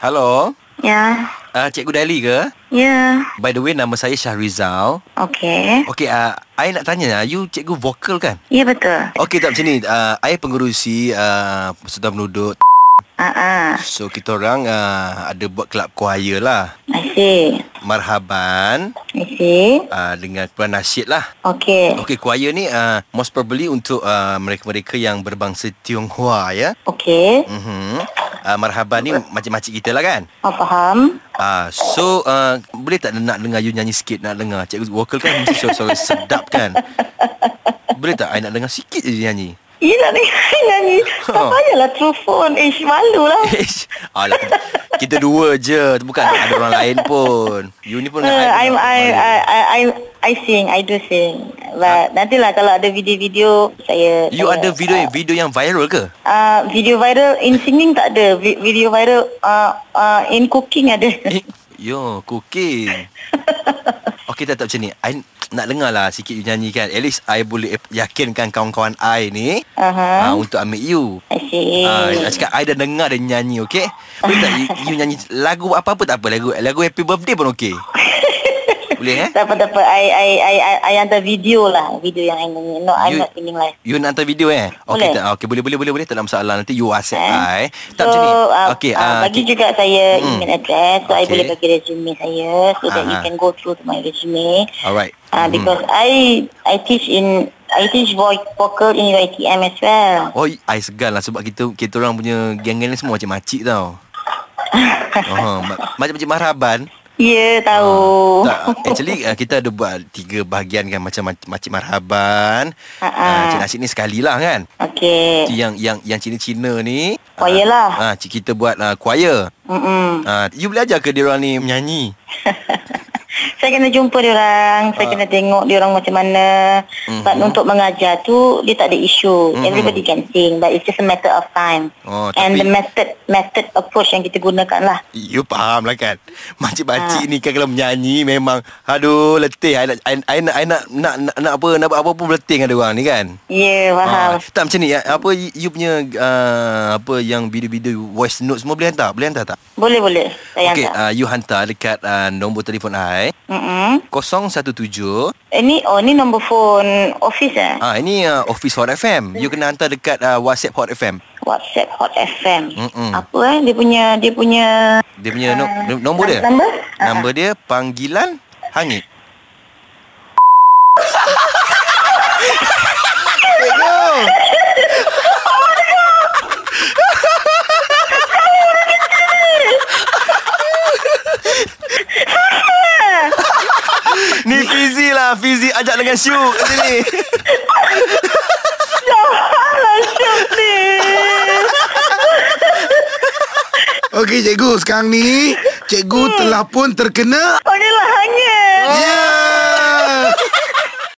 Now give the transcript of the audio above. Hello. Ya. Uh, Cikgu Dali ke? Ya. By the way, nama saya Syahrizal. Okey. Okey, uh, I nak tanya, ah, you cikgu vokal kan? Ya betul. Okey, tak macam ni. Uh, I pengurusi uh, peserta penduduk. Ah ah. So, kita orang uh, ada buat kelab choir lah. I see. Marhaban I see. uh, dengan Puan Nasyid lah. Okey. Okey, choir ni uh, most probably untuk uh, mereka-mereka yang berbangsa Tionghoa ya. Okey. Mhm. Uh, marhaban ni macam-macam kita lah kan? Oh, faham. Ah, so uh, boleh tak nak dengar you nyanyi sikit nak dengar cikgu vokal kan mesti suara, suara sedap kan. Boleh tak I nak dengar sikit je you nyanyi. Ye Ya, nak dengar nyanyi. Tak Ha. payahlah through phone. Ish, malu lah. Ish. Alah kita dua je bukan ada orang lain pun. You ni pun Uh, I, pun I, malu. I, I, I, I sing. I do sing. But nantilah kalau ada video-video saya. Ha? You saya, ada video ah, video yang viral ke? Ah, video viral in singing tak ada. Vi- Video viral ah, ah, in cooking ada. Eh, yo cooking. Okey tak tak macam ni. I nak dengar lah sikit you nyanyi kan. At least I boleh yakinkan kawan-kawan I ni Aha. uh, untuk ambil you. I see. Ah, uh, cakap I dah dengar dia nyanyi, okey? Boleh tak you, you nyanyi lagu apa-apa tak apa. Lagu lagu Happy Birthday pun okey. Boleh eh? Tak apa, tak apa. I, I, I, I, I hantar video lah. Video yang I nyanyi. No, I'm You- not singing live. You nak hantar video eh? Okey Boleh. tak? Okey boleh boleh boleh boleh tak ada masalah. Nanti you WhatsApp Eh? I. Tak macam ni. ah, Okey, ah, ah, bagi okey. juga saya Hmm. email address so I Okay. boleh bagi resume saya so that you Aha. can go through to my resume. Alright. Ah, Mhm. because I I teach in I teach voice vocal in UiTM as well. Oh, I segan lah sebab kita kita orang punya geng-geng ni semua macam-macam tau. oh, ma- macam-macam marhaban. Ya, yeah, tahu. Tak, actually uh, kita ada buat tiga bahagian kan macam mac- macam marhaban. Ha, ha. Uh, Cik Nasib ni sekali lah kan. Okey. Yang yang yang Cina-Cina ni ah, Choir lah. Ah uh, kita buat uh, choir. Mm-mm. Ah uh, you boleh ajar ke dia orang ni menyanyi? Saya kena jumpa dia orang, saya Ah. kena tengok dia orang macam mana. Mhm. But untuk mengajar tu dia tak ada isu. Everybody can sing, but it's just a matter of time. Oh, And tapi- the method method approach yang kita gunakan lah. You faham lah kan Ah. Makcik-makcik ni kan kalau menyanyi Memang Aduh letih I nak, I, I nak, I nak, nak, nak, nak apa Nak buat apa pun letih dengan dia orang ni kan Ya, yeah, faham. Ah, tak macam ni ya, apa you you punya uh, apa yang video-video voice note semua boleh hantar boleh hantar tak Boleh boleh. Saya okey hantar. uh, you hantar dekat uh, nombor telefon I Mm-mm. 017 Eh, ni oh ni nombor phone office eh. ah ini uh, office Hot FM you kena hantar dekat uh, WhatsApp Hot FM WhatsApp Hot FM. Mm-mm. Apa eh dia punya dia punya dia punya no, Ah, nombor dia number? Ah, nombor dia panggilan hangit Cikgu Ni Fizi lah Fizi ajak dengan Syuk kat sini Alah, syok ni. Hmm. Okey cikgu, sekarang ni cikgu telah pun terkena Oh, Panggil lah hangat. Oh. Ya,